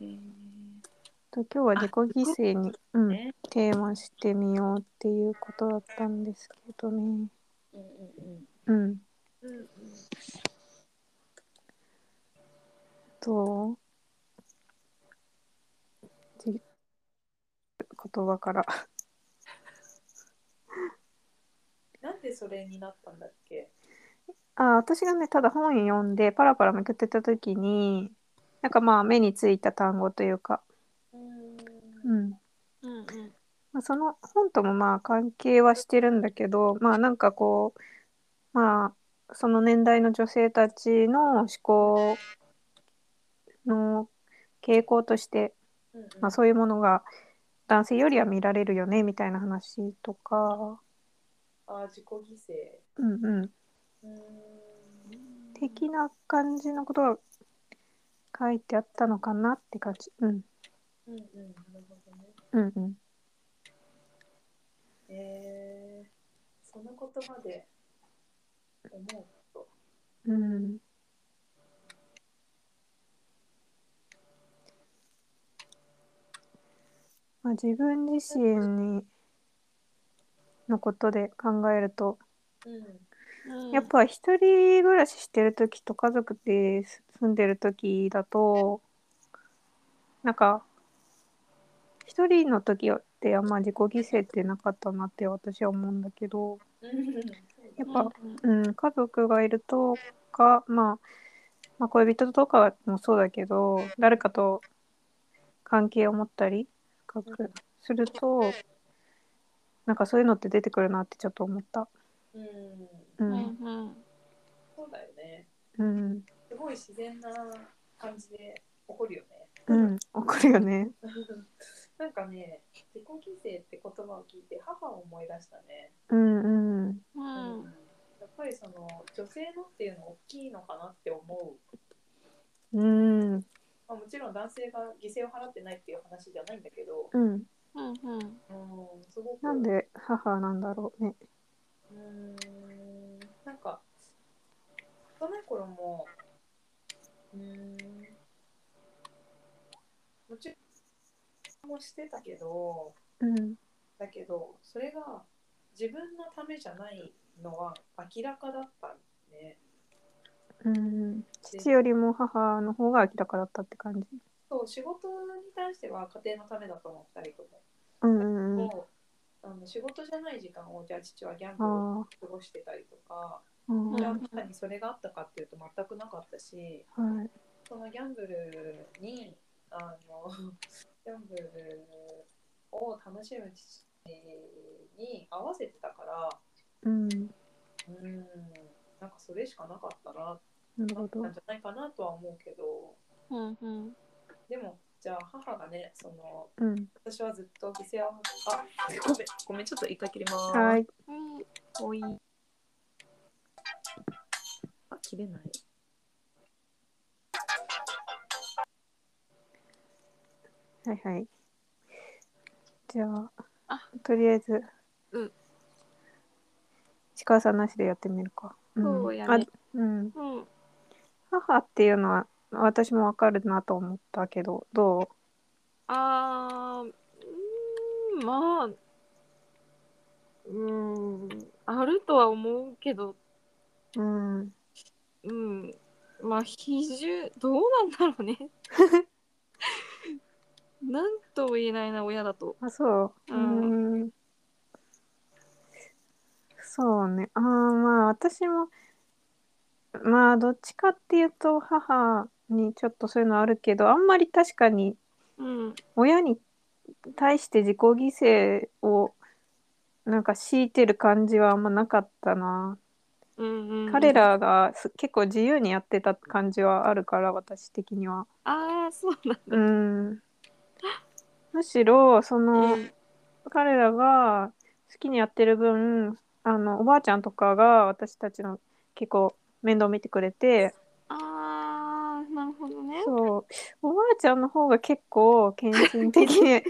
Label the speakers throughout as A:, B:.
A: えー
B: と今日は自己犠牲に、うん
A: ね
B: テーマしてみようっていうことだったんですけどね。
A: うんうん
B: う
A: うん
B: ん。
A: うん
B: とじ言葉から。
A: なんでそれになったんだっけ
B: あ私がねただ本読んでパラパラめくってた時になんかまあ目についた単語というか、
A: うんうん
B: うん
A: うん
B: まあ、その本ともまあ関係はしてるんだけどまあなんかこうまあその年代の女性たちの思考の傾向として、
A: うん
B: まあ、そういうものが男性よりは見られるよねみたいな話とか、
A: あー自己犠
B: うんうん、
A: 牲うん
B: 的な感じのことが書いてあったのかなって感じ。うん。
A: うんうんなるほどね
B: うんうん。
A: えー、その言葉で思うこと
B: うん。まあ、自分自身にのことで考えると、
A: うん
B: やっぱ一人暮らししてる時と家族で住んでる時だとなんか一人の時ってあんま自己犠牲ってなかったなって私は思うんだけどやっぱ、うん、家族がいるとか、まあ、まあ恋人とかもそうだけど誰かと関係を持ったり深くするとなんかそういうのって出てくるなってちょっと思った。
A: うんうん
B: うん
A: そうだよね
B: うん
A: すごい自然な感じで起こるよね
B: うん、怒るよね。
A: なんかね自己犠牲って言葉を聞いて母を思い出したね、
B: うんうん
A: やっぱりその女性のっていうの大きいのかなって思う
B: うん
A: まあ、もちろん男性が犠牲を払ってないっていう話じゃないんだけど、
B: うん
A: うん、すごく
B: なんで母なんだろうね。
A: うんなんか幼い頃もうんもちろんもしてたけど
B: うん
A: だけどそれが自分のためじゃないのは明らかだったね。
B: うん、父よりも母の方が明らかだったって感じ。
A: そう仕事に対しては家庭のためだと思う2人とも。
B: うんうんうん。
A: もうあの仕事じゃない時間をじゃあ父はギャンブル
B: あ
A: 過ごしてたりとか、
B: あ、うん、
A: じゃ
B: は
A: あ確かにそれがあったかっていうと全くなかったし
B: い。
A: そのギャンブルにあの ギャンブルを楽しむ父に合わせてたから
B: うん、
A: うんなんかそれしかなかったな
B: なるほど
A: なん。じゃないかなとは思うけどでもじゃあ母がねその
B: うん、
A: 私はずっと犠牲をあごめんごめんちょっと一回切ります。
B: はい。
A: おい。あ、切れない。
B: はいはい。じゃあ、
C: あ
B: とりあえず、
C: うん。
B: 石川さんなしでやってみるか。ん
C: そうやね
B: あうん。母っていうのは、私もわかるなと思ったけど、ど
C: あーうーんまあうーんあるとは思うけど
B: ううん。
C: うんまあ比重どうなんだろうねなんとも言えないな親だと
B: あ、そう。う
C: う
B: ー
C: ん
B: ん。そうね。ああ、まあ私も、まあどっちかっていうと母にちょっとそういうのあるけど、あんまり確かに
C: うん
B: 親に対して自己犠牲をなんか強いてる感じはあんまなかったな。
C: うんうん
B: 彼らがす結構自由にやってた感じはあるから、私的には。
C: ああそうなん
B: う
C: だ
B: ん。むしろ、その、彼らが好きにやってる分あのおばあちゃんとかが私たちの結構面倒見てくれて
C: ああなるほどね
B: そうおばあちゃんの方が結構献身的 に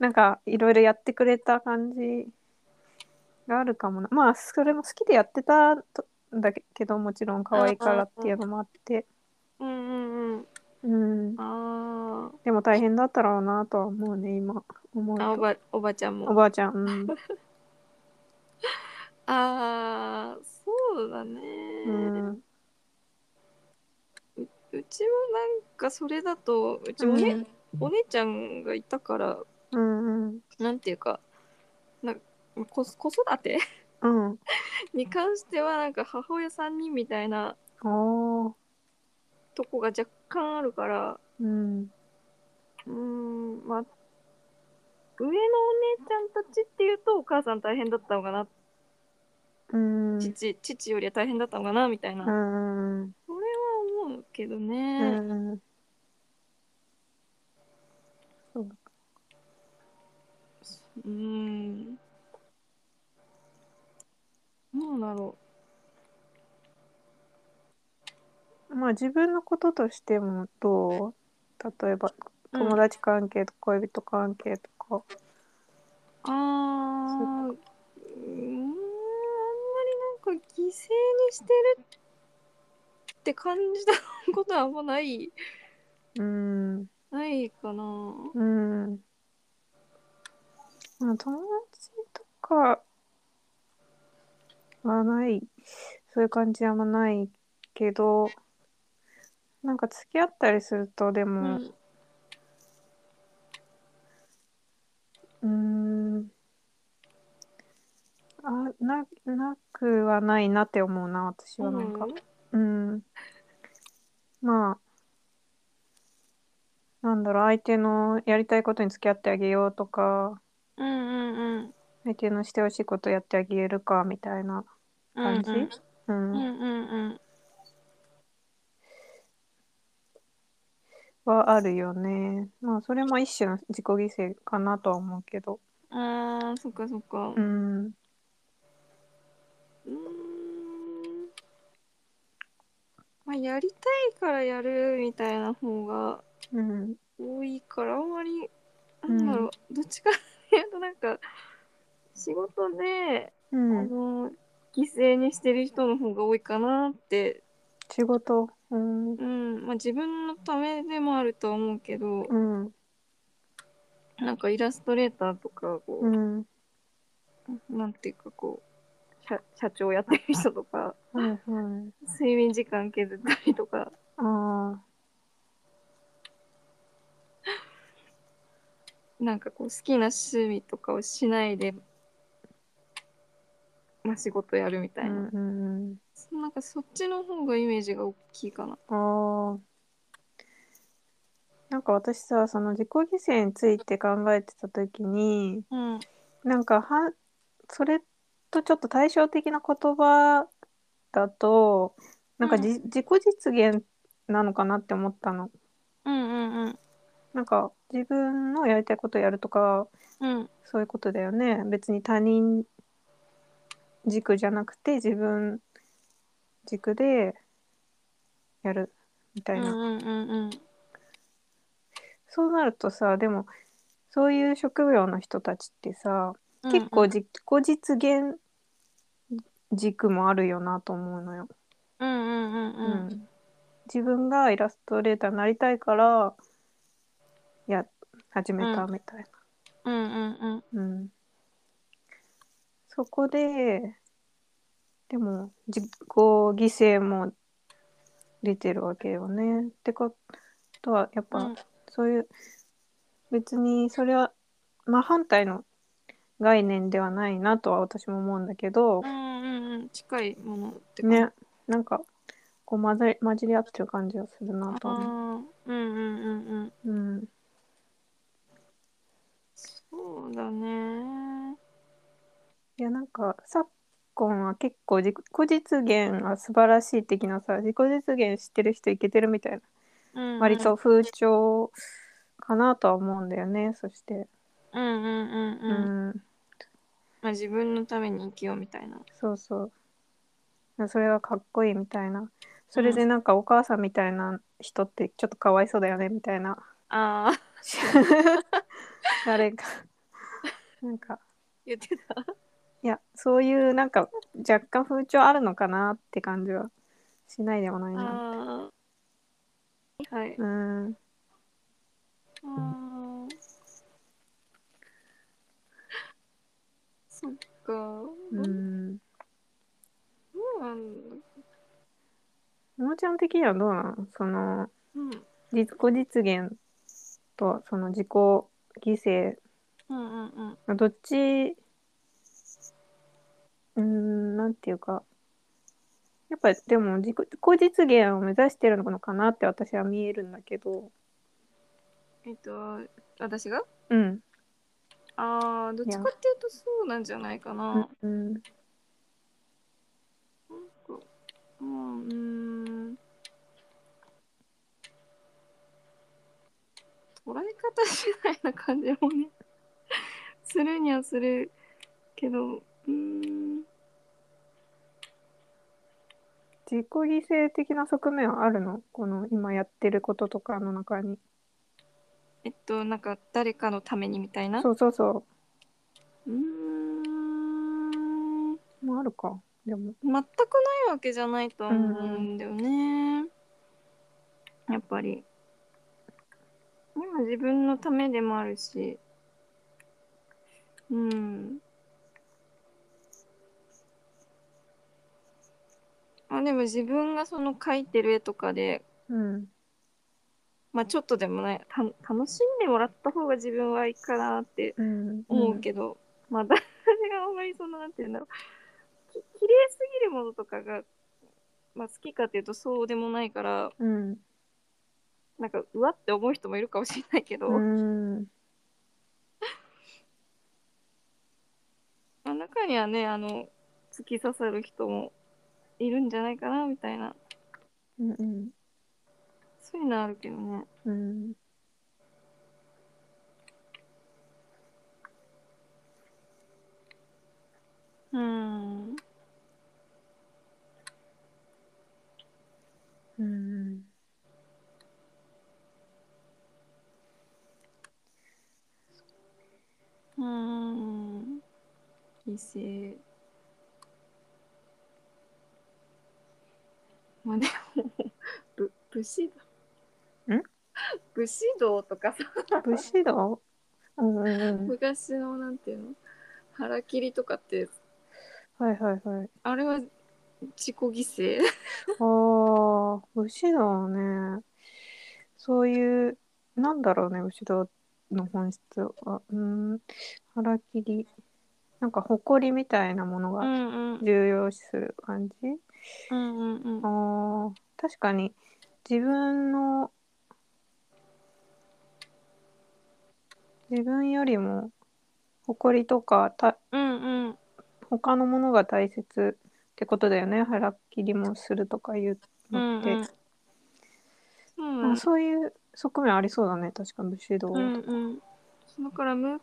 B: なんかいろいろやってくれた感じがあるかもなまあそれも好きでやってたとんだけどもちろん可愛いからっていうのもあって
C: うんうんうん
B: うん。
C: あ
B: でも大変だったろうなとは思うね、今。思う
C: ー
B: と
C: あおばおばちゃん
B: お
C: も
B: ばあちゃん。うん。
C: ああそうだね、
B: う、
C: うん ちもなんかそれだとうちもね、お姉ちゃんがいたから
B: うんうん。
C: なんていうかなんこ子育て
B: うん。
C: に関してはなんか母親3人みたいな
B: おー。
C: とこが若干あるから
B: うん。
C: うーんまあ上のお姉ちゃんたちっていうとお母さん大変だったのかな、
B: うん。うん
C: 父父よりは大変だったのかなみたいな、
B: うん
C: それは思うけど
B: う
C: ね、
B: ん。うん。
C: うーん。なんだろ
B: まあ自分のこととしてもどう例えば
C: う。
B: 友達関係とか恋人関係とか。
C: うん、ああ。うーん、あんまりなんか犠牲にしてるって感じたことはあんまない、
B: うん。
C: ない
B: う
C: かな。
B: ん。まあ友達とかはない。そういう感じあんまないけど、なんか付き合ったりするとで
C: う
B: も、
C: ん。
B: うーんあななくはないなって思うな私はなんかうん、まあなんだろう相手のやりたいことに付き合ってあげようとか
C: うんうんうん。
B: 相手のしてほしいことやってあげるかみたいな感じうん、
C: うんうんうん。
B: はあるよねまあそれも一種の自己犠牲かなとは思うけど
C: ああ、そっかそっか。
B: う
C: う
B: ん
C: ーん。まあ、やりたいからやるみたいな方が
B: うん
C: 多いからあんまり
B: う
C: なんんだろう、どっちかっていうとなんか仕事で、
B: う
C: あ
B: ん
C: の犠牲にしてる人の方が多いかなって、
B: 仕事うん
C: うんまあ、自分のためでもあるとは思うけど
B: うん
C: なんかイラストレーターとかこ
B: う
C: う、
B: ん
C: なんていうかこう社社長やってる人とか
B: はいはい
C: 睡眠時間削ったりとか
B: あ
C: なんかこう好きな趣味とかをしないで、まあ、仕事やるみた
B: あ、
C: いうな。
B: んうんうん、
C: なんかそっちの方がイメージが大きいかな。
B: ああ。なんか私さ、その自己犠牲について考えてた時に、
C: うん。
B: なんかは、それとちょっと対照的な言葉だと、なんかじ、自己実現なのかなって思ったの。
C: うんうんうん。
B: なんか自分のやりたいことやるとか、
C: うん。
B: そういうことだよね。別に他人軸じゃなくて自分軸でやるみた
C: う
B: いな。
C: んうんうん。
B: そうなるとさでもそういう職業の人たちってさ結構自己実現軸もあるよなと思うのよ。
C: うんうんうんう。
B: うんん自分がイラストレーターになりたいからや始めたみたい
C: うんうんうん。
B: な。うんそこででも自己犠牲も出てるわけよね。ってことはやっぱ、そういう別にそれは真反対の概念ではないなとは私も思うんだけど
C: う、んうんうん。近いものって感じ。
B: ねなんかこう混ざり混じり合ってる感じがする
C: あ
B: なとは思
C: あ。うんうんうんうん。
B: う、うん、
C: そうだね。
B: いやなんか昨今は結構自己実現が素晴らしい的なさ自己実現してる人いけてるみたいな
C: うんうん
B: 割と。風潮かなとは思うんだよねそして、
C: うんうんうん
B: う
C: うん。
B: ん、
C: まあ自分のために生きようみたいな。
B: そうそう。それがかっこいいみたいな。それでなんかお母さんみたいな人ってちょっとかわいそうだよねみたいな。
C: ああ。
B: 誰か。なんか、
C: 言ってた。
B: いや、そういうなんか若干風潮あるのかなって感じはしないでもないな。
C: ああ。はい。
B: うん。
C: あーそっか。
B: う
C: ど
B: ん。
C: うなんだ。
B: ももちゃん的にはどうなのその、
C: うん。
B: 自己実現とその自己犠牲
C: うんうんうん。
B: どっち、うーん、なんていうか、やっぱでも自己自己実現を目指してるのかなって私は見えるんだけど、
C: えっと、私が
B: うん、
C: ああ、どっちかっていうとそうなんじゃないかな。
B: うん、
C: うん、うーん。捉え方次第な感じもね、するにはするけど、うーん。
B: 自己犠牲的な側面はあるのこの今やってることとかの中に。
C: えっと、なんか誰かのためにみたいな。
B: そうそうそう
C: ーん。
B: う、もあるか、でも。
C: 全くないわけじゃないと思うんだよね。やっぱり。今自分のためでもあるし。うん。あでも自分がその描いてる絵とかで、
B: うん、
C: まあちょっとでもね、た楽しんでもらった方が自分はいいかなって
B: うん、
C: 思うけど、まあ 私があんまりそのなんていうんだろうき綺麗すぎるものとかが、まあ、好きかっていうとそうでもないから
B: うん、
C: なんかうわって思う人もいるかもしれないけど、
B: うん、
C: まあ、中にはねあの突き刺さる人もいるんじゃないかなみたいな
B: うん、うん、
C: そういうのあるけどね
B: うん。
C: うん
B: うん
C: うん犠牲まあでもぶ武士道
B: ん
C: 武士道とかさ
B: 武士道うんうんうん。
C: 昔のなんていうの腹切りとかって
B: はいはいはい。
C: あれは自己犠牲
B: ああ、武士道ね。そういう、なんだろうね、武士道の本質は。うん、腹切り。なんか誇りみたいなもの
C: う
B: が
C: んうん
B: 重要視する感じ、
C: うんうんうん
B: ああ、確かに自分の自分よりも誇りとかた
C: うんうん
B: 他のものが大切ってことだよね腹切りもするとかいうのって、
C: そう
B: ま
C: な
B: あ、
C: ん
B: そういう側面ありそうだね確かに武士道、う
C: うん
B: ん、
C: うんだから昔の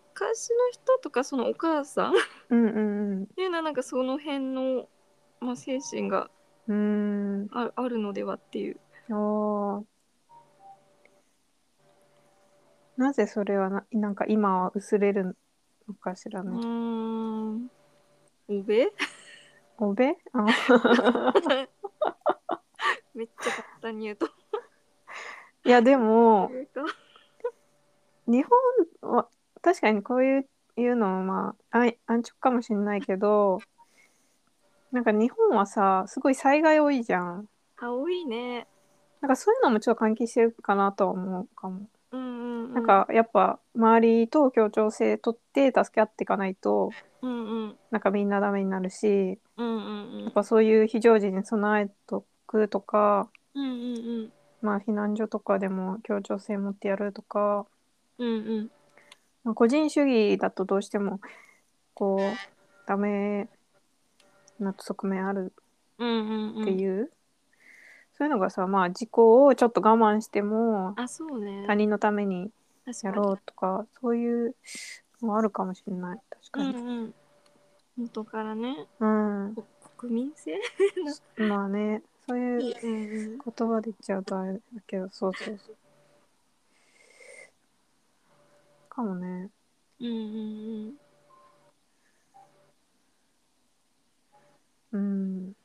C: 人とかそのお母さんっ
B: うんうん
C: ていうのはなんかその辺の、まあ、精神が
B: うん
C: ああるのではっていう
B: ああなぜそれはななんか今は薄れるのかしら
C: うー
B: ね、
C: んおべ
B: おべあ
C: めっちゃ簡単に言うと
B: いやでも
C: いうか
B: 日本は確かにこういういうのはまああい安直かもしれないけどなんか日本はさすごい災害多いじゃん。
C: 青いね
B: なんかそういうのもちょっと関係してるかなとは思うかも。
C: うんうん
B: なんかやっぱ周りと協調性とって助け合っていかないと
C: うんうん
B: なんかみんなダメになるし
C: うんうんうん
B: やっぱそういう非常時に備えとくとか、
C: うんうん
B: まあ、避難所とかでも協調性持ってやるとか、
C: うんうん
B: まあ、個人主義だとどうしてもこうダメな側面ある
C: うんうんうん
B: っていう、そういうのがさまあ自己をちょっと我慢しても
C: あそうね
B: 他人のために
C: 確か
B: や
C: に
B: ろうとかそういうのあるかもしれない確か
C: う
B: に、
C: んうん元からね
B: うん
C: こ国民性
B: まあねそういう
C: うん
B: 言葉で言っちゃうとあれだけどそうそうそうかもね
C: うんうん
B: うん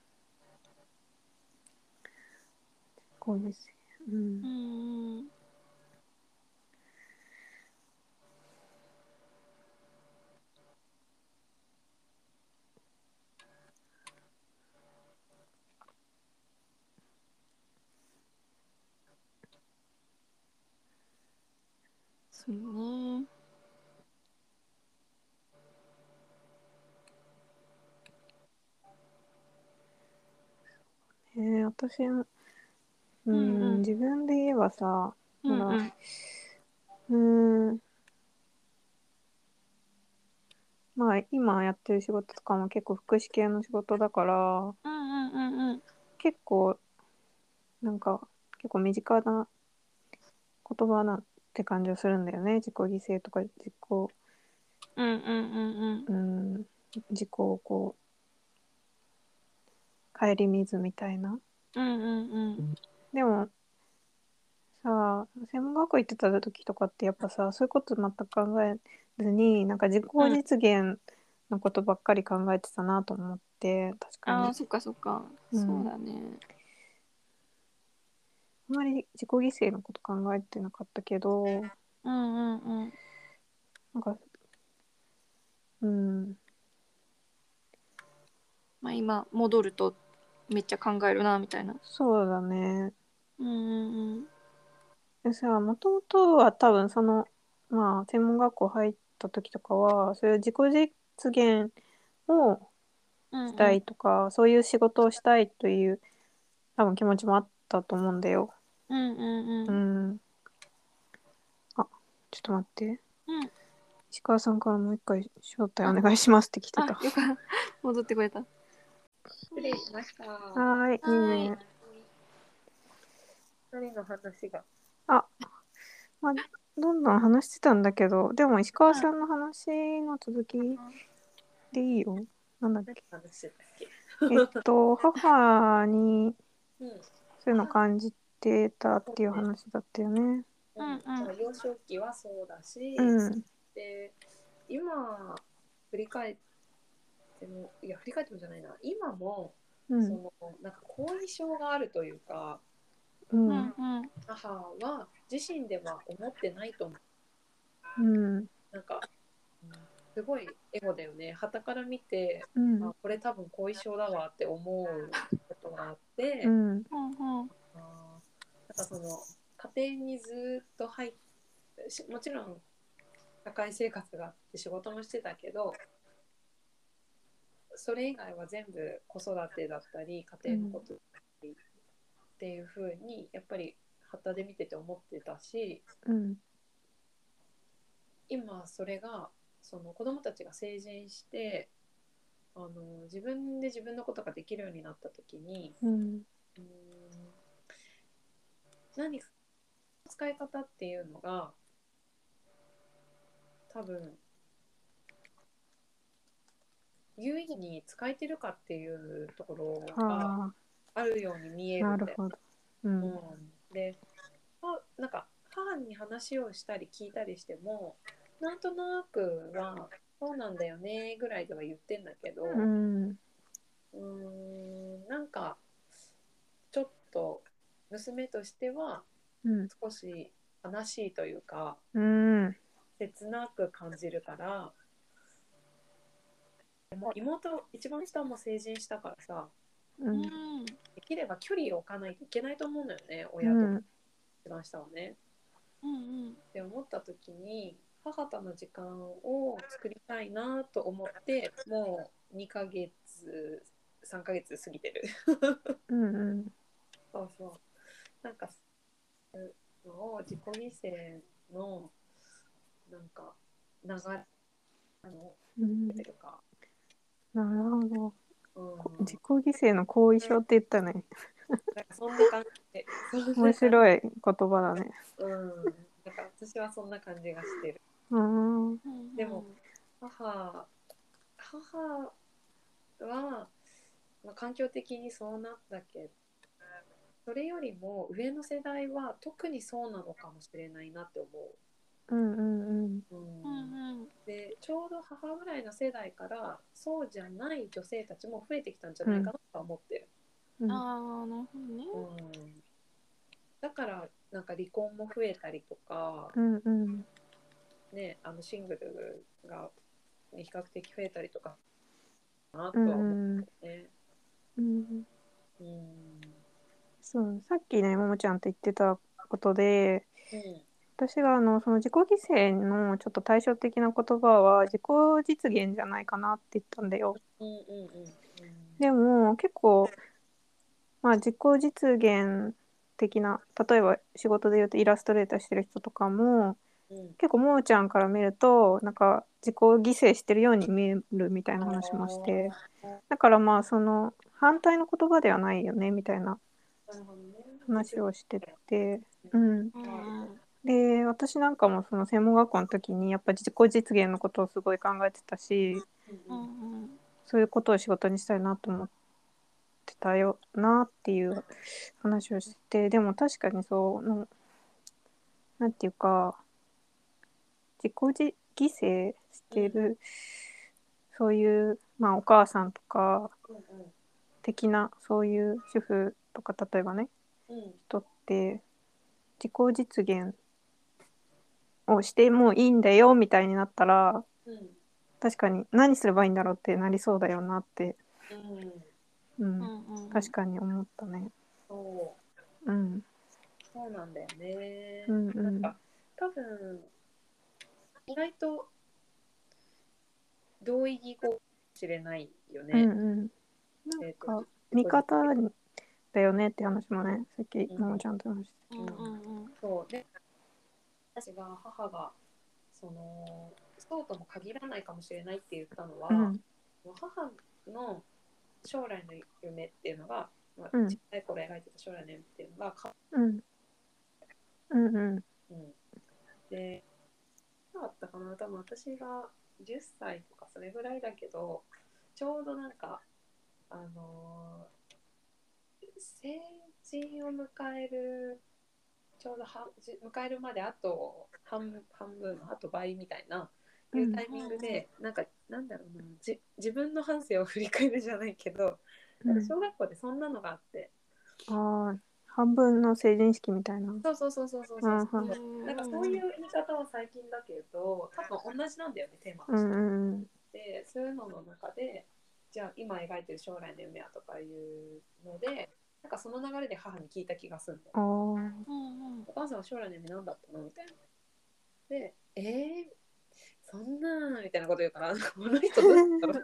B: こうですうん
C: う、んうんそうね
B: えー私、うん
C: うんうん
B: 自分で言えばさ
C: う
B: ほ
C: ん
B: ら
C: うん
B: うーんまあ今やってる仕事とかも結構福祉系の仕事だから
C: うんうんうん
B: 結構なんか結構身近な言葉なって感じがするんだよね自己犠牲とか自己
C: うんうんうんうん
B: うん自己をこう顧みずみたいな
C: うんうんうん
B: でもさ専門学校行ってた時とかってやっぱさそういうこと全く考えずになんか自己実現のことばっかり考えてたなと思って確かに
C: あ
B: あ
C: あそっかそっか、
B: うん
C: そうだね
B: んまり自己犠牲のこと考えてなかったけど
C: うんうんうん
B: なんかうん
C: まあ今戻るとめっちゃ考えるなみたいな
B: そうだね
C: うんうんうん
B: でさもともとは多分そのまあ専門学校入った時とかはそういう自己実現を
C: うんうん
B: したいとか、そういう仕事をしたいという多分気持ちもあったと思うんだよ。
C: うん
B: う
C: うんうん
B: ん。あちょっと待って。
C: うん
B: 石川さんからもう一回招待お願いしますって来て
C: あ
B: た。
C: よ
B: は
C: かった 戻ってくれた
A: 失礼しました。
B: ーい、いいね。
A: 二人の話が。
B: どんどん話してたんだけど、でも石川さんの話の続きでいいよ。なんだっ
A: 何
B: け。
A: の話だっけ。
B: えっと、母に
A: うん。
B: そういうの感じてたっていう話だったよね。
C: うんうん
A: だから幼少期はそうだし、
B: うん。
A: で今振り返ってもいや振り返ってもじゃないな今も、
B: う
A: そ
B: ん。
A: のなんか後遺症があるというか
B: うん。
C: う
B: うん
C: ん。うん
A: 母は自身では思ってないと思う
B: うん。
A: なんかうんすごいエゴだよね傍から見て、
B: うん
A: あこれ多分後遺症だわって思うことがあって、
B: う
A: なん
B: ん。
C: うんうん
A: かその家庭にずっと入ってしもちろん社会生活があって仕事もしてたけどそれ以外は全部子育てだったり家庭のことだったりっていうふうにやっぱり旗で見てて思ってたし
B: うん。
A: 今それがその子供たちが成人してあの自分で自分のことができるようになった時に
B: うん。
A: うーん何か使い方っていうのが多分有意義に使えてるかっていうところが
B: あ
A: あるように見
B: あ、
A: える
B: なんる
A: だよ
B: ほど。うん。うん
A: うん、であなんか母に話をしたり聞いたりしてもなんとなくは「そうなんだよね」ぐらいでは言ってんだけど、
B: う。
A: うんーんなんかちょっと娘としては
B: うん。
A: 少し悲しいというか
B: うん。
A: 切なく感じるからもう妹一番下も成人したからさ
B: う。
C: うんん
A: できれば距離を置かないといけないと思うんだよね
B: う
A: 親と
B: ん。
A: 一番下はね。
C: うん
A: って思った時に母との時間を作りたいなと思ってもう2ヶ月3ヶ月過ぎてる
B: うん。
A: そうそうなんかそういうのを自己犠牲のなんか流れあの
B: うん
A: 出。てるか、
B: なるほど。
A: うん、
B: 自己犠牲の後遺症って言ったね。
A: なんかそんな感じで
B: 面白い言葉だね。
A: うんなんか私はそんな感じがしてる
B: うん。うん。
C: うん
A: でも母母は、まあ、環境的にそうなったけどそれよりも上の世代は特にそうなのかもしれないなって思
B: うん。うん。
A: う、う
C: うんん
A: でちょうど母ぐらいの世代からそうじゃない女性たちも増えてきたんじゃないかなとは思ってる、
C: うんああなるほどね
A: うんだだからなんか離婚も増えたりとか、
B: うんうん
A: ね、あのシングルがね比較的増えたりとかなとは思うね。
B: うん
A: うん
B: そうさっきねももちゃんと言ってたことで
A: うん
B: 私があのその自己犠牲のちょっと対照的な言葉は自己実現じゃないかなって言ったんだよ。
A: うんうんうん
B: でも結構、まあ、自己実現的な例えば仕事で言うとイラストレーターしてる人とかも
A: うん
B: 結構ももちゃんから見るとなんか自己犠牲してるように見えるみたいな話もしてだからまあその反対の言葉ではないよねみたいな
A: なるほどね
B: 話をしてて。うん、
C: う
B: で私なんかもその専門学校の時にやっぱ自己実現のことをすごい考えてたし
A: うんうん
C: ん
B: そういうことを仕事にしたいなと思ってたよなっていう話をしててでも確かにそうのなんていうか自己じ犠牲してるそういう、まあ、お母さんとか的なそういう主婦とか例えばね
A: うんうん
B: 人って自己実現をしてもいいんだよみたいになったら
A: うん
B: 確かに何すればいいんだろうってなりそうだよなって、
A: うん
B: うん
C: うん
B: 確かに思ったね、
A: そう
B: うん、
A: そうなんだよね。
B: うんうん
A: なんか多分意外と同意義語かもしれないよ
B: うんう
A: ね。
B: ん
A: えー
B: なん
A: と
B: か見方だよねって話もねさっき
A: うん
B: ももちゃんと話して
C: うんうん
A: そうで私が母がそのそうとも限らないかもしれないって言ったのは、
B: た、うん
A: 母の将来の夢っていうのが、まあ、
B: うん
A: 小さい頃描いてた将来の夢っていうのがか、
B: うん、うんう
A: う
B: ん
A: ん、でどうだったかな多分私が10歳とかそれぐらいだけどちょうどなんかあのー成人を迎えるちょうどはじ迎えるまであと半半分あと倍みたいな。いうタイミングで、なんかなんだろうなじ自分の半生を振り返るじゃないけど、なんか小学校でそんなのがあって、
B: あー半分の成人式みたいな
A: そうそうそうそうそうそう、
B: うんうん
C: うん
A: なんかそういう言い方は最近だけど多分同じなんだよねテーマ
B: う
A: として、
B: んうん
A: でそういうのの中でじゃあ今描いてる将来の夢はとかいうのでなんかその流れで母に聞いた気がするんだよ
B: あー
C: うん
A: お母さんは将来の夢何だったのみたいなでえー、そんなみたいなこと言うからこの人どうなん だろう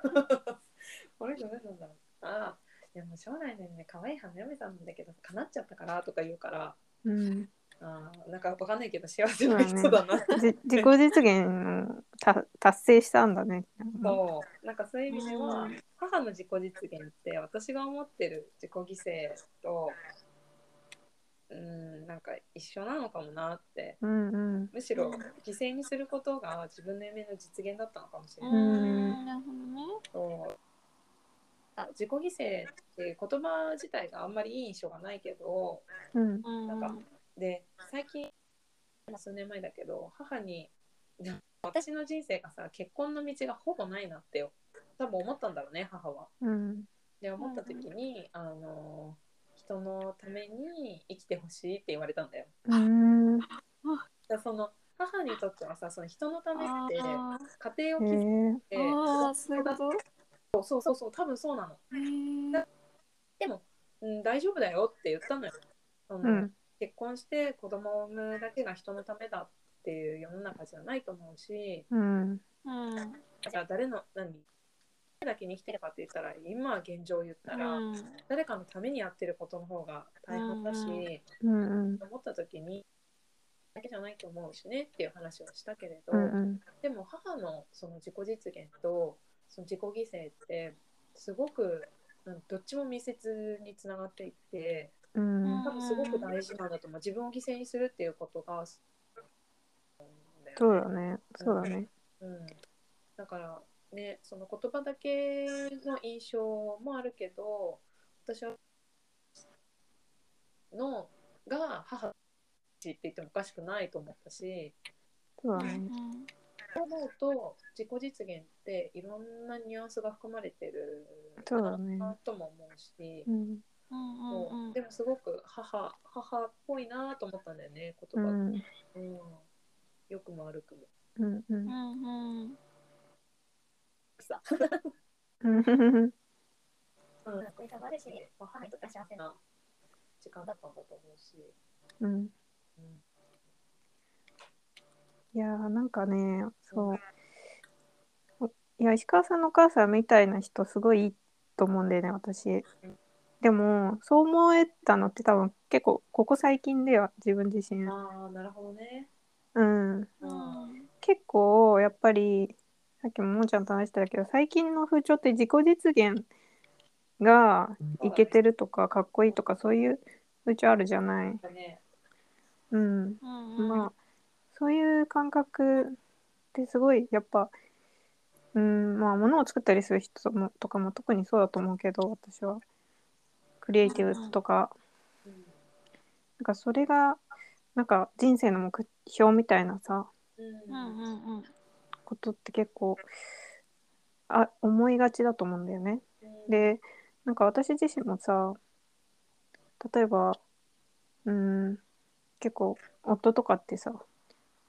A: この人どうなんだろうああいやもう将来の夢可愛い花嫁さんなんだけど叶っちゃったからとか言うから
B: うん
A: あーなんかわかんないけど幸せな人だな、
B: じ自己実現をた達成したんだね。
A: そうなんかそういう意味では、
C: うん
A: 母の自己実現って私が思ってる自己犠牲とうんなんか一緒なのかもなって
B: うんうん
A: むしろ犠牲にすることが自分の夢の実現だったのかもしれない、
C: うんなるほどね
A: そうあ自己犠牲っていう言葉自体があんまりいい印象がないけど
B: うん
C: うん
A: なんかで最近数年前だけど母に なんか私の人生がさ結婚の道がほぼないなってよ多分思ったんだろうね母は。
B: うん
A: で思った時に、あの人のために生きてほしいって言われたんだよ。
B: うん
A: だからその母にとってはさその人のため
C: あ
A: って
C: ー
A: 家庭を
B: へ
A: 築いて、
B: え
C: あーそういうこと
A: そうそうそうそう多分そうなの。
C: へー
A: でも、うん、大丈夫だよって言ったのよ。その
B: うん
A: 結婚して子供を産むだけが人のためだっていう世の中じゃないと思うし。
B: うん
C: うん
A: じゃあ誰の何誰だけに生きてるかって言ったら今現状言ったら、
C: うん
A: 誰かのためにやってることの方が大変だし、
B: うん
A: 思った時にだけじゃないと思うしねっていう話をしたけれど、
B: うん
A: でも母のその自己実現とその自己犠牲ってすごくうんどっちも密接につながっていって
B: うん
A: 多分すごく大事なんだと思う自分を犠牲にするっていうことが
B: そうだねそうだね
A: うん、だからねその言葉だけの印象もあるけど私はのが母って言ってもおかしくないと思ったし
B: そうだ
C: う
B: ね
C: ん
A: そう思うと自己実現っていろんなニュアンスが含まれてる
B: そうだね
A: なとも思うし
B: う、ん
C: うんうんうん
A: でもすごく母母っぽいなと思ったんだよね
B: う
A: 言葉、うん
B: ん
A: よくも悪くも
B: うんう
C: うんんうん
A: さ、
B: うん
A: うん
D: 学校にがあるし、まあ母にとっては幸せな
A: な時間だったんだと思うし、
B: うん
A: うん
B: いやーなんかねそうおいや石川さんのお母さんみたいな人すごいいいと思うんだよね私でもそう思えたのって多分結構ここ最近では自分自身
A: ああなるほどね
B: うん
A: うん
B: 結構やっぱりさっきももーちゃんと話してたけど最近の風潮って自己実現がいけてるとかかっこいいとかそういう風潮あるじゃない。
A: だね
B: うん、
C: うんうん
B: まあそういう感覚ってすごいやっぱ、うんまあ、物を作ったりする人もとかも特にそうだと思うけど私はクリエイティブとか
A: うん
B: なんかそれがなんか人生の目標みたいなさ
A: う
C: うんんうんうん
B: ことって結構あ思いがちだと思うんだよね。でなんか私自身もさ例えばうん結構夫とかってさ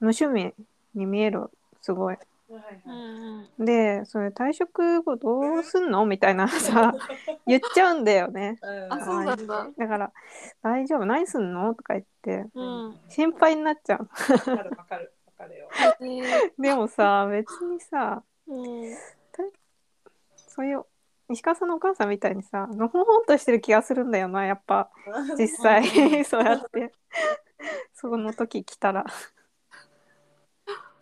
B: 無趣味に見えるすごい。
A: はいはい
C: うんうん
B: でそれ退職後どうすんのみたいなさ 言っちゃうんだよね。
A: うん
C: あそうなんだ
B: だから「大丈夫何すんの?」とか言って
C: うん
B: 心配になっちゃう。
A: わかるわかるわかるよ
C: ね
B: でもさ別にさ
C: うん
B: そういう石川さんのお母さんみたいにさのほほんとしてる気がするんだよなやっぱ。実
C: う
B: 際 そうやってその時来たら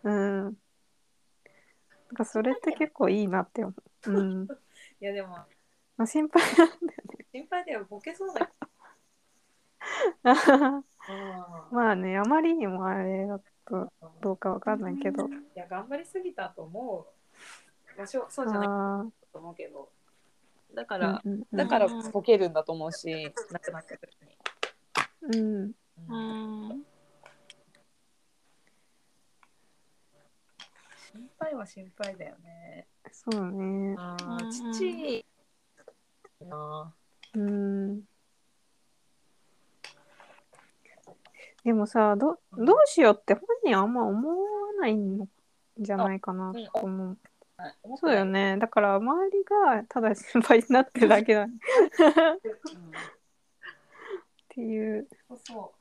B: うんなんかそれって結構いいなって思う、うん
A: いやでも
B: まあ、心配
A: 心配だよボケそうだよ
B: な
A: あ
B: まあねあまりにもあれだと
A: あ
B: どうかわかんないけど
A: いや頑張りすぎたと思う場所そうじゃない
B: あ
A: と思うけどだか
B: あ
A: ら、
B: うんう
A: だ
B: ん
A: からボケるんだと思うしなくなった時に、
B: うん
C: う
A: うん
C: ん
A: 心配は心配だよね
B: そうね
A: ああ
C: あ父
A: な
B: うんでもさどどうしようって本人はあんま思わないんじゃないかなと思う。
A: 思って
B: そう
A: な
B: だ
A: い
B: よね。だから周りがただ心配になってるだけだっ
A: うん
B: ていう。
A: そうそう。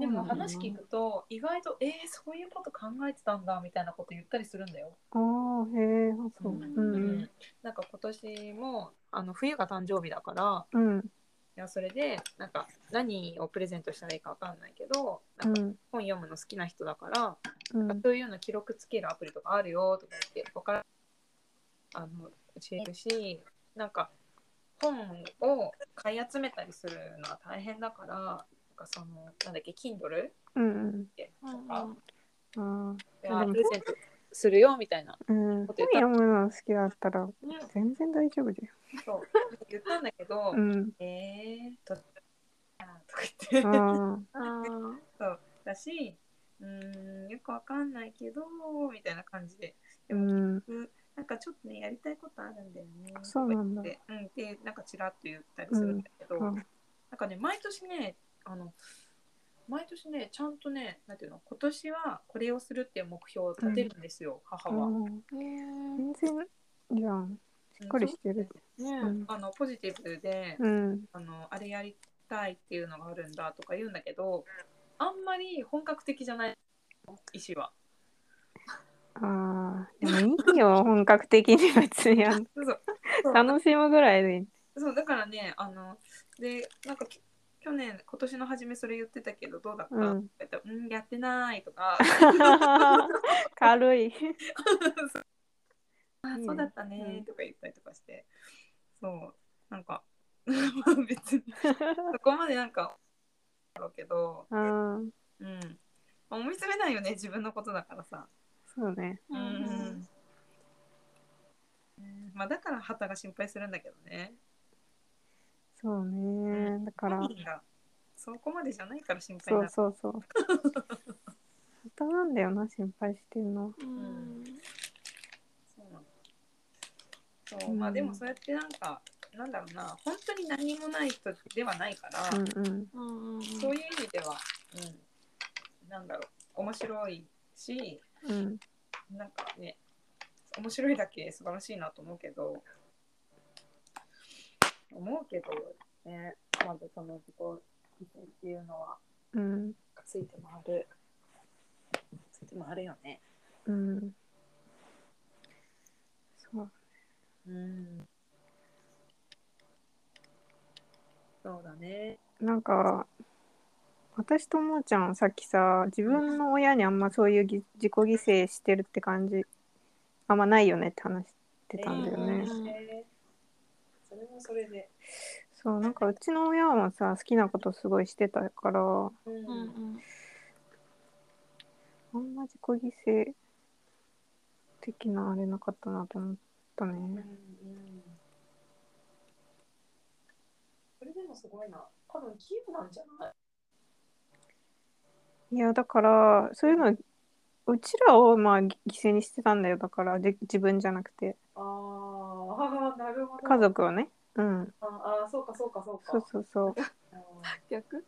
A: でも
B: そうなんだ
A: 話聞くと意外と「えー、そういうこと考えてたんだ」みたいなこと言ったりするんだよ。
B: ああ、へえ、あそう。うん。
A: なんか今年もあの冬が誕生日だから
B: うん。
A: いやそれでなんか何をプレゼントしたらいいかわかんないけどな
B: うん
A: か
B: ん。
A: 本読むの好きな人だから、
B: うん。
A: そういうの記録つけるアプリとかあるよとか言ってわからあの教えるしなんか本を買い集めたりするのは大変だからなんかそのなんだっけ Kindle
B: うん。
A: と
C: うん
A: か、
B: あ
A: い
B: あ。で
A: や
B: も
A: プレゼントするよみたいな、
B: うん。本読むの好きだったら全然大丈夫だよ。
A: そう言ったんだけど「
B: うん。
A: えー、と」とか言って
B: あ
C: あー
A: そうだしうーんよくわかんないけどみたいな感じで
B: あ。 うん。
A: なんかちょっとねやりたいことあるんだよね
B: そうなんだ
A: とか言って、うん、でなんかちらっと言ったりするんだけど、
B: うんうん
A: なんかね毎年ねあの毎年ねちゃんとねなんていうの今年はこれをするっていう目標を立てるんですよ、母は、うん
B: うん
C: ね
B: 全然じゃん。しっかりしてる。
A: ね
B: うん
A: あのポジティブで、
B: うん。
A: あのあれやりたいっていうのがあるんだとか言うんだけどあんまり本格的じゃない意思は。
B: ああ。でもいいよ、 本格的に別にやん。
A: そう
B: 楽しむぐらいでいい。
A: そうだからねあのでなんかき去年今年の初めそれ言ってたけどどうだった、
B: う
A: うんん、とか言ったらうんやってない」とか
B: 軽い。
A: あ
B: うん
A: そうだった
B: うん
A: ね」とか言ったりとかしてそうなんか 別にそこまでなんかだろうけど、
B: うん。
A: うん、まあ思い詰めないよね自分のことだからさ。
B: そうね。
C: うんうん
A: うんまあ、だから旗が心配するんだけどね。
B: そうね。だから、
A: 本人がそこまでじゃないから心配
B: そ
A: にな
B: う
A: る。
B: そうそう。 旗なんだよな、心配してるのは。
C: うん
A: そうなのそ
E: そうまあでもそうやってなんかなんだろうな本当に何もない人ではないから、
B: うんうん
C: うんうん
E: そういう意味では、うん、なんだろう面白いし
B: うん
E: なんかね面白いだけ素晴らしいなと思うけど思うけどねまずその自己犠牲っていうのは
B: うん
E: ついて回るついて回るよね
B: うんそう
E: うんそうだね
B: なんか私ともーちゃんさっきさ自分の親にあんまそういうぎ自己犠牲してるって感じあんまないよねって話してたんだよね。
C: うん
A: えーそれもそれで。
B: そうなんかうちの親もさ好きなことすごいしてたから
A: う
C: うんん
B: あんま自己犠牲的なあれなかったなと思った
A: うんう
B: ね。
A: んそれでもすごいな。多分器用なんじゃない。
B: いやだからそういうのうちらをまあぎ犠牲にしてたんだよだからで自分じゃなくて
A: あーあー、なるほど。
B: 家。族をね。うん、
A: あーあー、そうかそうかそうか。
B: そうそうそう。
A: あー
C: 逆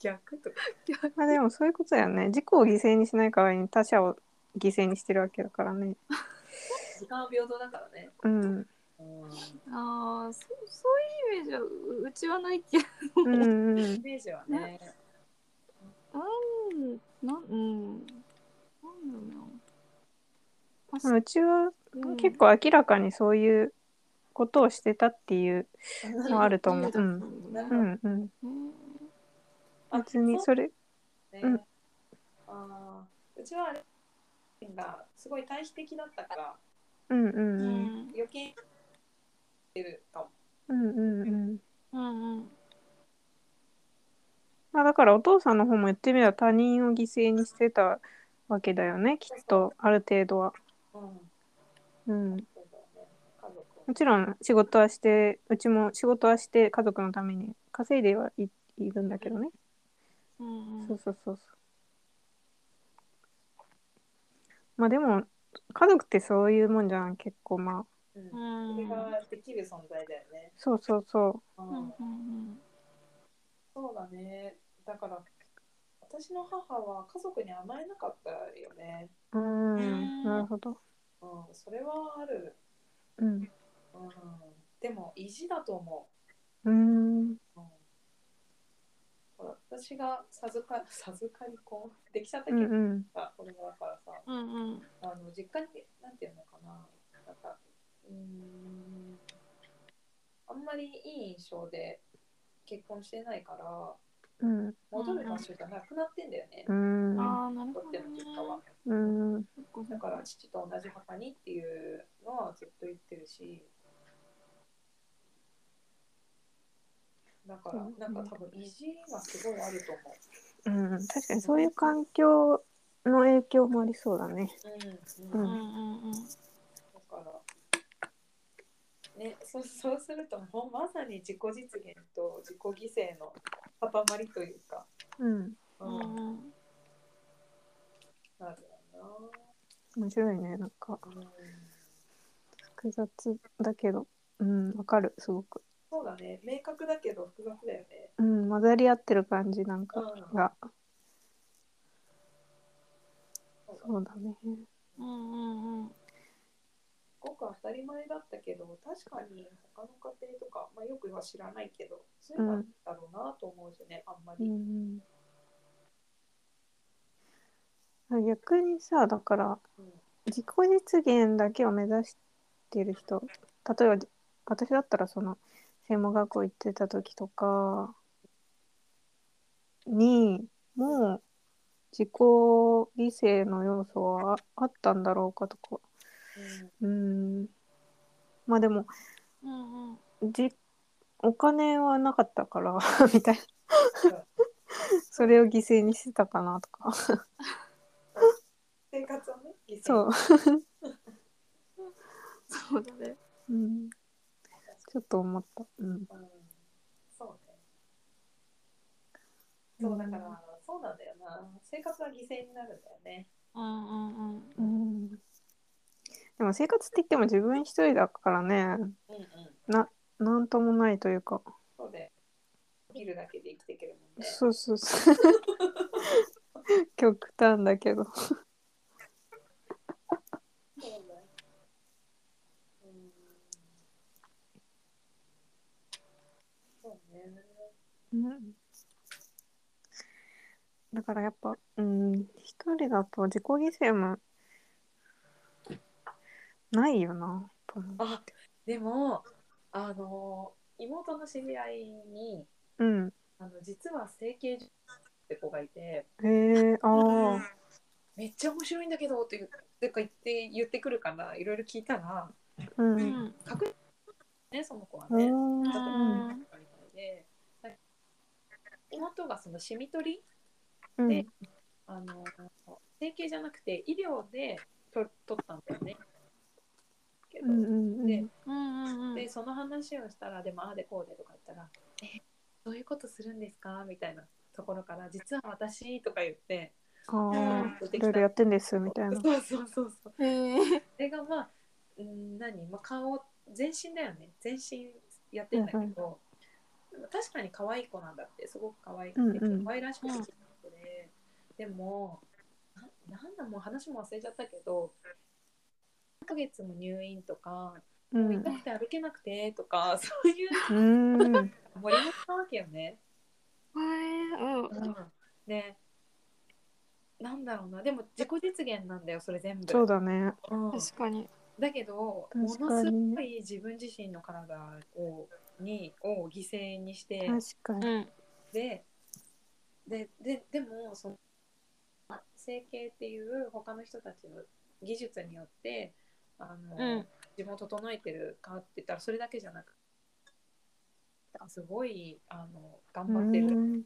A: 逆とか。
B: まあでもそういうことだよね。自己を犠牲にしない代わりに他者を犠牲にしてるわけだからね。
A: 時間は平等だからね。
B: うん。
A: うん
C: ああそそういうイメージはううちはないけど
B: うんう
E: イ
B: ん。
E: メージはね
C: うんなんうんなんだろうなパ
B: うちは
C: うん
B: 結構明らかにそういうことをしてたっていうのはあると思う。うん。
C: な
B: う
C: る
B: んうん。
C: ほどね
B: 別にそれ。
A: ね
B: うん
A: あーうちはあれがすごい対比的だったから
B: うんう
C: うん
B: うん。
C: ん
A: 余計出るかも。
B: うんうんうん。
C: うんうん
B: まあだからお父さんの方も言ってみれば他人を犠牲にしてたわけだよね。きっとある程度は。
A: うん、
B: うん。
A: そうだね家族を
B: もちろん仕事はして、うちも仕事はして家族のために稼いではい、いるんだけどね。
C: うんうん
B: そうそうそうそう。まあでも家族ってそういうもんじゃん結構まあ
A: うん
C: うん
A: それができる存在だよね。
B: そうそうそう
C: うん
A: ん、
C: うん
A: そうだね。だから私の母は家族に甘えなかったよね。
B: ううん
C: うん
B: なるほど
A: うん、それはある。
B: うん
A: うん、でも意地だと思
B: うーん
A: う。うんほら私が授か授かり婚 できちゃったけ
B: う
A: ど、
B: んうん
A: さ子供だからさ
C: うんうん
A: あの実家になんていうのかななんかうーんあんまりいい印象で結婚してないから
B: うん
A: 戻る場所じゃなくなってんだよね、
B: うん
C: ああなる
A: と
C: ほ
A: って
C: どね
A: の実家は
B: うん
A: だから父と同じ墓にっていうのはずっと言ってるしだから
B: うん
A: なんか多分意地がすごいあると思う
B: うん確かにそういう環境の影響もありそうだね
A: うん、
B: う
C: うんんうんうん
A: だから、ね、そう そうするともうまさに自己実現と自己犠牲の塊というか、
B: うん
A: う、
C: うんん
A: なるよ
B: 面白いねなんか
A: な、うん。
B: 複雑だけどうんわかるすごく
A: そうだね、明確だけど複雑だよね。
B: うん混ざり合ってる感じなん
A: う
B: か
A: ん、
B: が
A: そうだ
B: そうだね
C: うんうんうん
A: ごく当たり前だったけど、確かに他の家庭とか、まあ、よくは知らないけど、そういうのだろうなと思うしね、あんま
B: う
A: り。
B: ん逆にさだから
A: うん
B: 自己実現だけを目指してる人例えば私だったらその専門学校行ってた時とかにもう自己犠牲の要素はああったんだろうかとかうんまあでも
C: うんうん
B: じお金はなかったから みたいなそれを犠牲にしてたかなと か
A: 生活をね、犠牲
B: そう、
C: そうだね
B: うん、ちょっと思ったうん
A: うんそうね。そうだから、そうなんだよな。生活は犠牲になるんだよね。
C: うんうんう
B: う
C: ん
B: んでも生活って言っても自分一人だからね、
A: うんうん、
B: なんともないというか。
A: そうで見るだけで生きていけるもんね。
B: そうそう そう。極端だけど。
A: うんそうね。
B: うんだからやっぱ、うん、一人だと自己犠牲もないよな。と思う
A: あでもあの妹の知り合いに
B: うん。
A: あの実は整形術って子がいて
B: へえああ。
A: めっちゃ面白いんだけどって言ってか言って言ってくるからいろいろ聞いたら
B: うん。
A: 隠ねその子は
B: う
A: ね。
B: ん
A: ちょっと見てたみたいでだ妹がそのシミ取り
B: うん
A: であの整形じゃなくて医療でと取ったんだよね。けど
B: うんうんうん
A: で
C: うんうん
A: でその話をしたらでもああでこうでとか言ったら「えどういうことするんですか?」みたいなところから「実は私」とか言って
B: ああ、
A: うん
B: いろいろやってんですみたいな。
A: そうそうそうそう
C: へえ
A: それがまあうん何、まあ、顔全身だよね全身やってんだけど、でも確かに可愛い子なんだってすごく可愛くて、
B: うんうん
A: 可愛らしくて綺麗な子で、でもななんだもう話も忘れちゃったけど1ヶ月も入院とか、
B: う。
A: もうん痛くて歩けなくてとかそういう
B: う
A: 盛り
B: ん。
A: 上がったわけよね。
C: うん
A: でなんだろうなでも自己実現なんだよそれ全部
B: そうだ ね。
A: うん
C: 確かに
A: だけどもの
B: 確
A: す
B: かに
A: ごい自分自身の体をにを犠牲にして
B: 確かに。
C: ん
A: ででででもその整形っていう他の人たちの技術によってあの、
C: うん
A: 自分を整えてるかって言ったらそれだけじゃなくてすごいあの頑張ってる
B: うん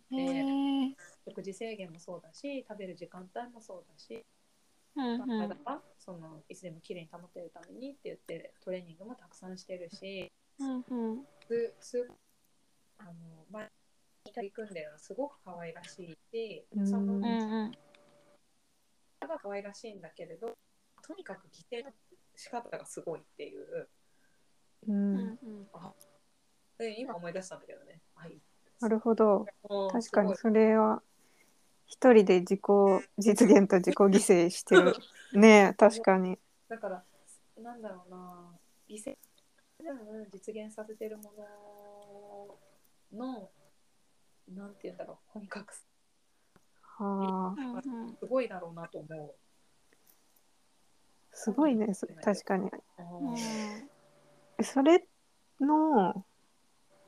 C: へえ
A: 食事制限もそうだし食べる時間帯もそうだし
C: うんう
A: 体
C: ん
A: がそのいつでも綺麗に保てるためにって言ってトレーニングもたくさんしてるし
C: うんうん
A: すすあの前に取り組んでるのはすごく可愛らしいし
B: うん
A: その
B: う
A: 方
C: うん
A: が可愛らしいんだけれどとにかく犠牲の仕方がすごいっていう
B: うん。
A: で今思い出したんだけどね。はい、
B: なるほど。
A: もう
B: 確かに
A: す
B: それは一人で自己実現と自己犠牲して
A: ごい
B: るねえ確かに
A: だからなんだろうな犠牲うん実現させてるもののなんて言うんだろう本格す
B: はあ
C: うん
A: ごいだろうなと思
B: すごいねそ確かに
A: う。
B: それの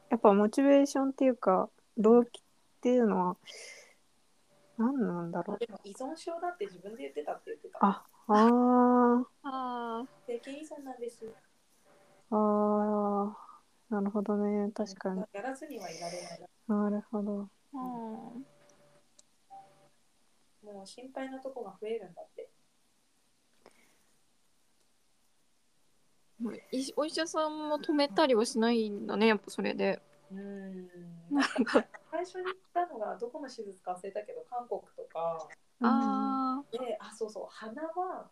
B: やっぱモチベーションっていうか動機っていうのは何なんだろう
A: でも依存症だって自分で言ってたって言ってた。
B: ああ
C: あ
A: 定期依存なんです。
B: ーあーなるほどね確かに
A: やらずにはいられない。
B: なるほど
C: あうん
A: もう心配なとこが増えるんだって。
C: いお医者さんも止めたりはしないんだねやっぱそれで
A: うん。
C: なんか
A: 最初に言ったのがどこの手術か忘れたけど韓国とか
C: あ
A: であそうそう鼻は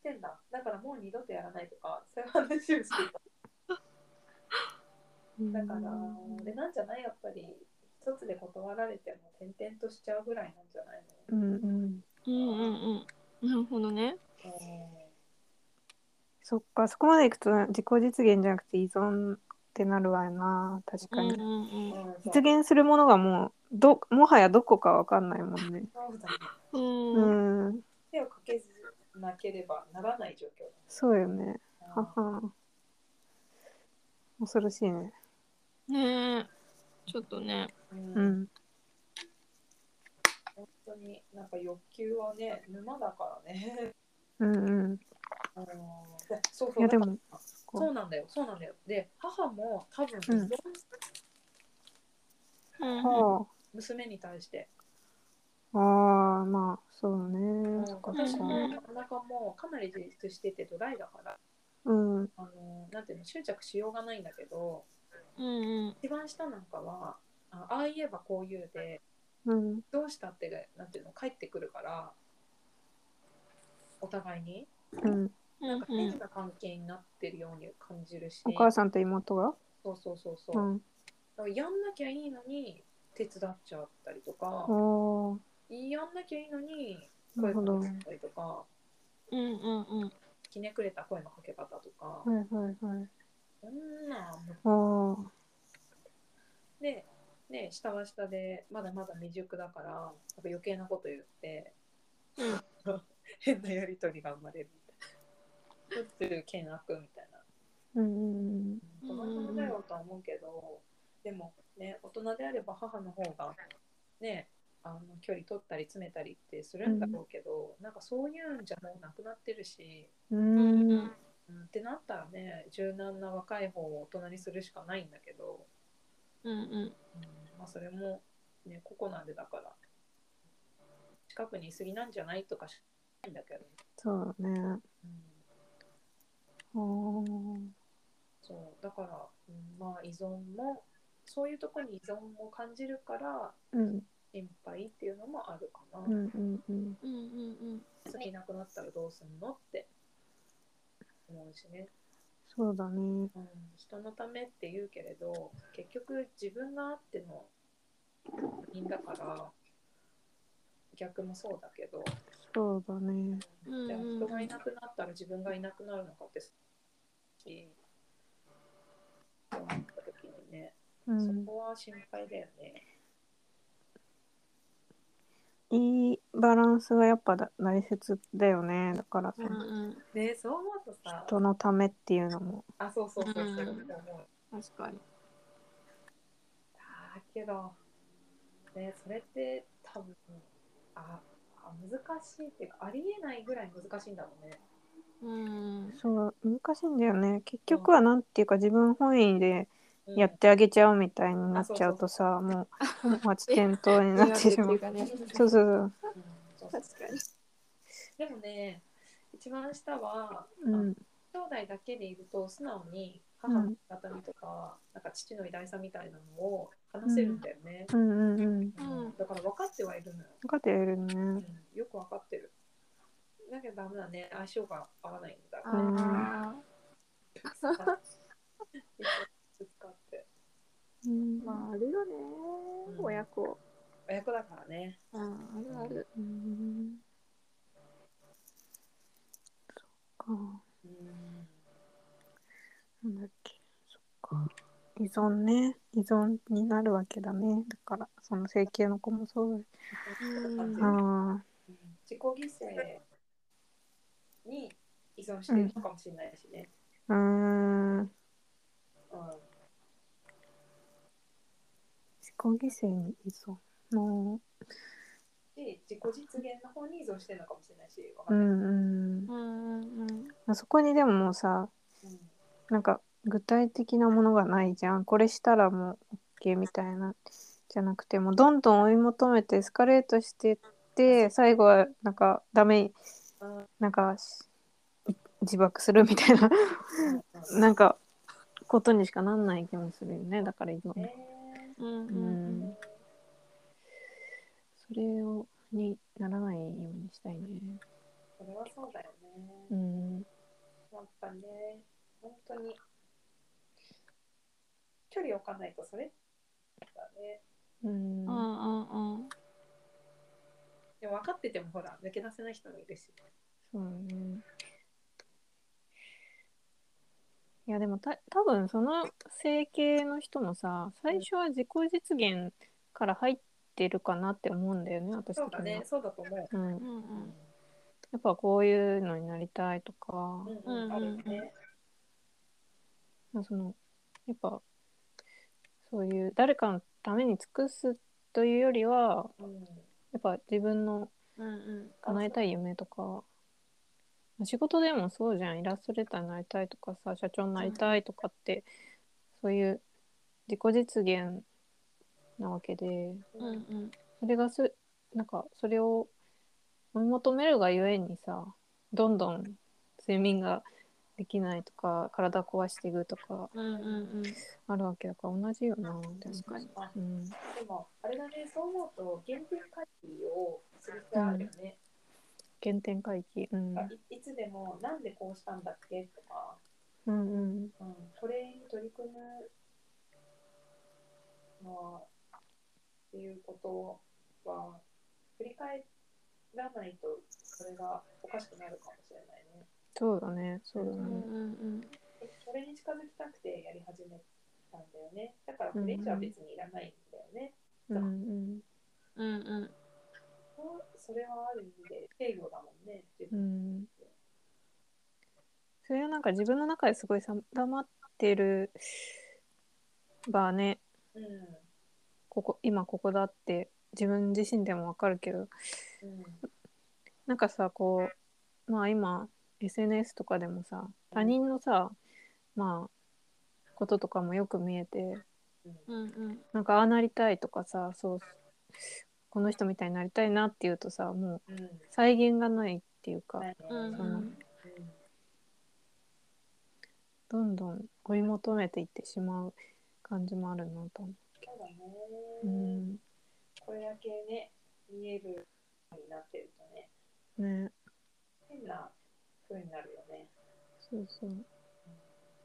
A: してんだだからもう二度とやらないとかそういう話をしてた。
B: うん
A: だから、あれなんじゃないやっぱり、一つで断られても転々としちゃうぐらいなんじゃない
B: うんうん
C: うんうんうんなるほどね
A: の
B: そっか、そこまでいくと自己実現じゃなくて依存ってなるわよな、確かに。
C: うんうん
A: うん
B: 実現するものがもう、ど、もはやどこかわかんないもんね。
A: そうだね。
C: うん
B: う
C: うん
B: ん、
A: 手をかけずなければならない状況
B: そうよね。は
A: だな。
B: は。恐ろしいね。
C: ねえちょっとね
A: うん
B: うん。
A: 本当になんか欲求はね、沼だからね。
B: うんうん。
A: あのそう
B: い
A: そう
B: や、
A: だ
B: で
A: から
B: も、
A: そうなんだよ、そうなんだよ。で、母も多分依
B: うん
A: 存、
C: うん
B: は
A: 娘に対して、
B: あ、ああ、まあ、そう
A: う
B: ね
A: ん。
B: そっか、
A: 私
B: そっ
A: も
B: か。
A: なかなかもうかなり自立しててドライだから、
B: うん。
A: あのなんていうの、執着しようがないんだけど、
C: うん
A: 一番下なんかはあああ言えばこう言うで
B: うん。
A: どうしたってなんていうの帰ってくるからお互いに
B: うん。
A: なんか変な関係になってるように感じるし、
B: お母さんと妹が
A: そうそうそうそうう、
B: ん。
A: だからやんなきゃいいのに手伝っちゃったりとか、
B: おー
A: やんなきゃいいのに
B: な
A: 声
B: る
A: かけち
B: ほど。は
A: ゃ
B: い
A: ったりとか
C: うんうんうん。
A: ひねくれた声のかけ方とか、
B: はいはい。
A: そんなんもう
B: おー
A: で、ね、下は下でまだまだ未熟だからなんか余計なこと言って、 変なやり取りが生まれるみ たいな。どっちゅう険悪みたいな。
B: うんうん
A: 子供だよとは思うけど、でもね大人であれば母の方がねあの距離取ったり詰めたりってするんだろうけど、なんかそういうんじゃもうなくなってるし、
B: うん。うん。
A: うん、ってなったらね柔軟な若い方を大人にするしかないんだけど、
C: うんうん。
A: うんまあ、それも、ね、ここなんでだから近くにいすぎなんじゃないとかしないんだけど、
B: そうだね。
A: うん、
B: おー
A: そうだから、うん、まあ依存もそういうとこに依存も感じるから
B: うん
A: 心配っていうのもあるかな、
B: うんうんうん。
C: うんうん
A: 次なくなったらどうすんのって思うしね、
B: そうだ
A: う
B: ね。
A: ん、人のためって言うけれど結局自分があっての他人だから逆もそうだけど、
B: そうだね。
C: うん
A: じゃあ
C: うん
A: 人がいなくなったら自分がいなくなるのかってしそうなった時にね、
B: うん
A: そ。こは心配だよね。
B: いいバランスがやっぱだ大切だよね。だからそ
C: うん
B: の
C: うん。
A: ねそう思うとさ
B: 人のためっていうのも。
A: あそうそうそうそう、
C: うん
A: 思う
C: 確かに。
A: あーけどねそれって多分ああ難しいっていうかありえないぐらい難しいんだろうね。
C: うん。
B: そう難しいんだよね結局はなんていうか自分本位でやってあげちゃうみたいになっちゃうとさ、もう 町転倒になってしまう
C: かね。
B: そうそう
A: うん、そうそう
C: 確かに。
A: でもね一番下は、
B: そううん
A: 兄弟だけでいると素直に母の方みとか,、なんか父の偉大さみたいなのを話せるんだよね、
B: うんうんうん
C: うん
A: うんだから分かってはいるのよ、
B: 分かってやれる
A: う
B: ね
A: ん、よく分かってるだけどダメだね相性が合わないんだから
C: あ
A: いつも使って
B: うん
C: あ。まあ、あるよね。親子。
A: 親子だからね
C: ああるある。
B: うんそっか
A: うん
B: なんだっけそっか依存ね依存になるわけだねだからその整形の子もそう
C: うん
B: だああ
A: 自己犠牲に依存してるのかもしれないしね、
B: うーん
A: うん
B: 自己犠牲に依存の
A: し自己実現の方に依存してるのかもしれないし分か
B: うん
A: ない、
B: んうん
C: うんうん
B: まあそこにでももうさ
A: うん
B: なんか具体的なものがないじゃんこれしたらもう OK みたいなじゃなくてもうどんどん追い求めてエスカレートしてって最後はなんかダメなんかし自爆するみたいな なんかことにしかなんない気もするよねだから依存
A: え
C: うん
B: う
C: うん
B: んそれをにならないようにしたいね
A: ー、それはそうだよね、
B: うん
A: やっぱね本当に距離を置かないとそれだね
B: うん
C: うんうんうん。
A: でも分かっててもほら抜け出せない人もいるし
B: そうね。いやでもた多分その整形の人もさ最初は自己実現から入ってるかなって思うんだよね私的
A: そう
B: に
A: だ
B: は、
A: ねそうだと思
B: うん。や
C: うん
A: う、
B: っぱこういうのになりたいとか
A: う、んうんあるよね
B: まあそのやっぱそういう誰かのために尽くすというよりは
A: うん
B: やっぱ自分の
C: うんうん。
B: 叶えたい夢とか仕事でもそうじゃんイラストレーターになりたいとかさ社長になりたいとかって、そういう自己実現なわけで
C: うんうん。
B: それがすなんかそれを追い求めるがゆえにさどんどん睡眠ができないとか体壊していくとか
C: うんうんうん。
B: あるわけだから同じよな
C: 確かに。
A: あ
B: うん、
A: でもあれだねそう思うと原点回帰をする必要あるよね、
B: 原点回帰。うん。
A: なんかいいつでもなんでこうしたんだっけとか、
B: うんうん。
A: うん、これに取り組むのはっていうことは振り返らないとそれがおかしくなるかもしれないね。
B: そうだね。そうだね。
A: でそれに近づきたくてやり始めたんだよね。だからフレッシュは別にいらないんだよね。
B: うんうん。
A: まあそれはある意味で制御だもんね。自
B: う
A: 分
B: ん。それはなんか自分の中ですごい定まってるばね、
A: うん
B: ここ、今ここだって自分自身でもわかるけど、
A: うん
B: なんかさ、こう、まあ今、SNS とかでもさ、他人のさ、まあ、こととかもよく見えて、
A: うん
B: なんかああなりたいとかさ、そう、この人みたいになりたいなっていうとさ、もう
A: うん
B: 再現がないっていうか、
A: ないね
C: うん
B: そのどんどん追い求めていってしまう感じもあるなと思
A: そうだね、
B: う。うん。
A: これだけね見えるようになってるとね
B: ね。
A: 変な風になるよね
B: そうそう。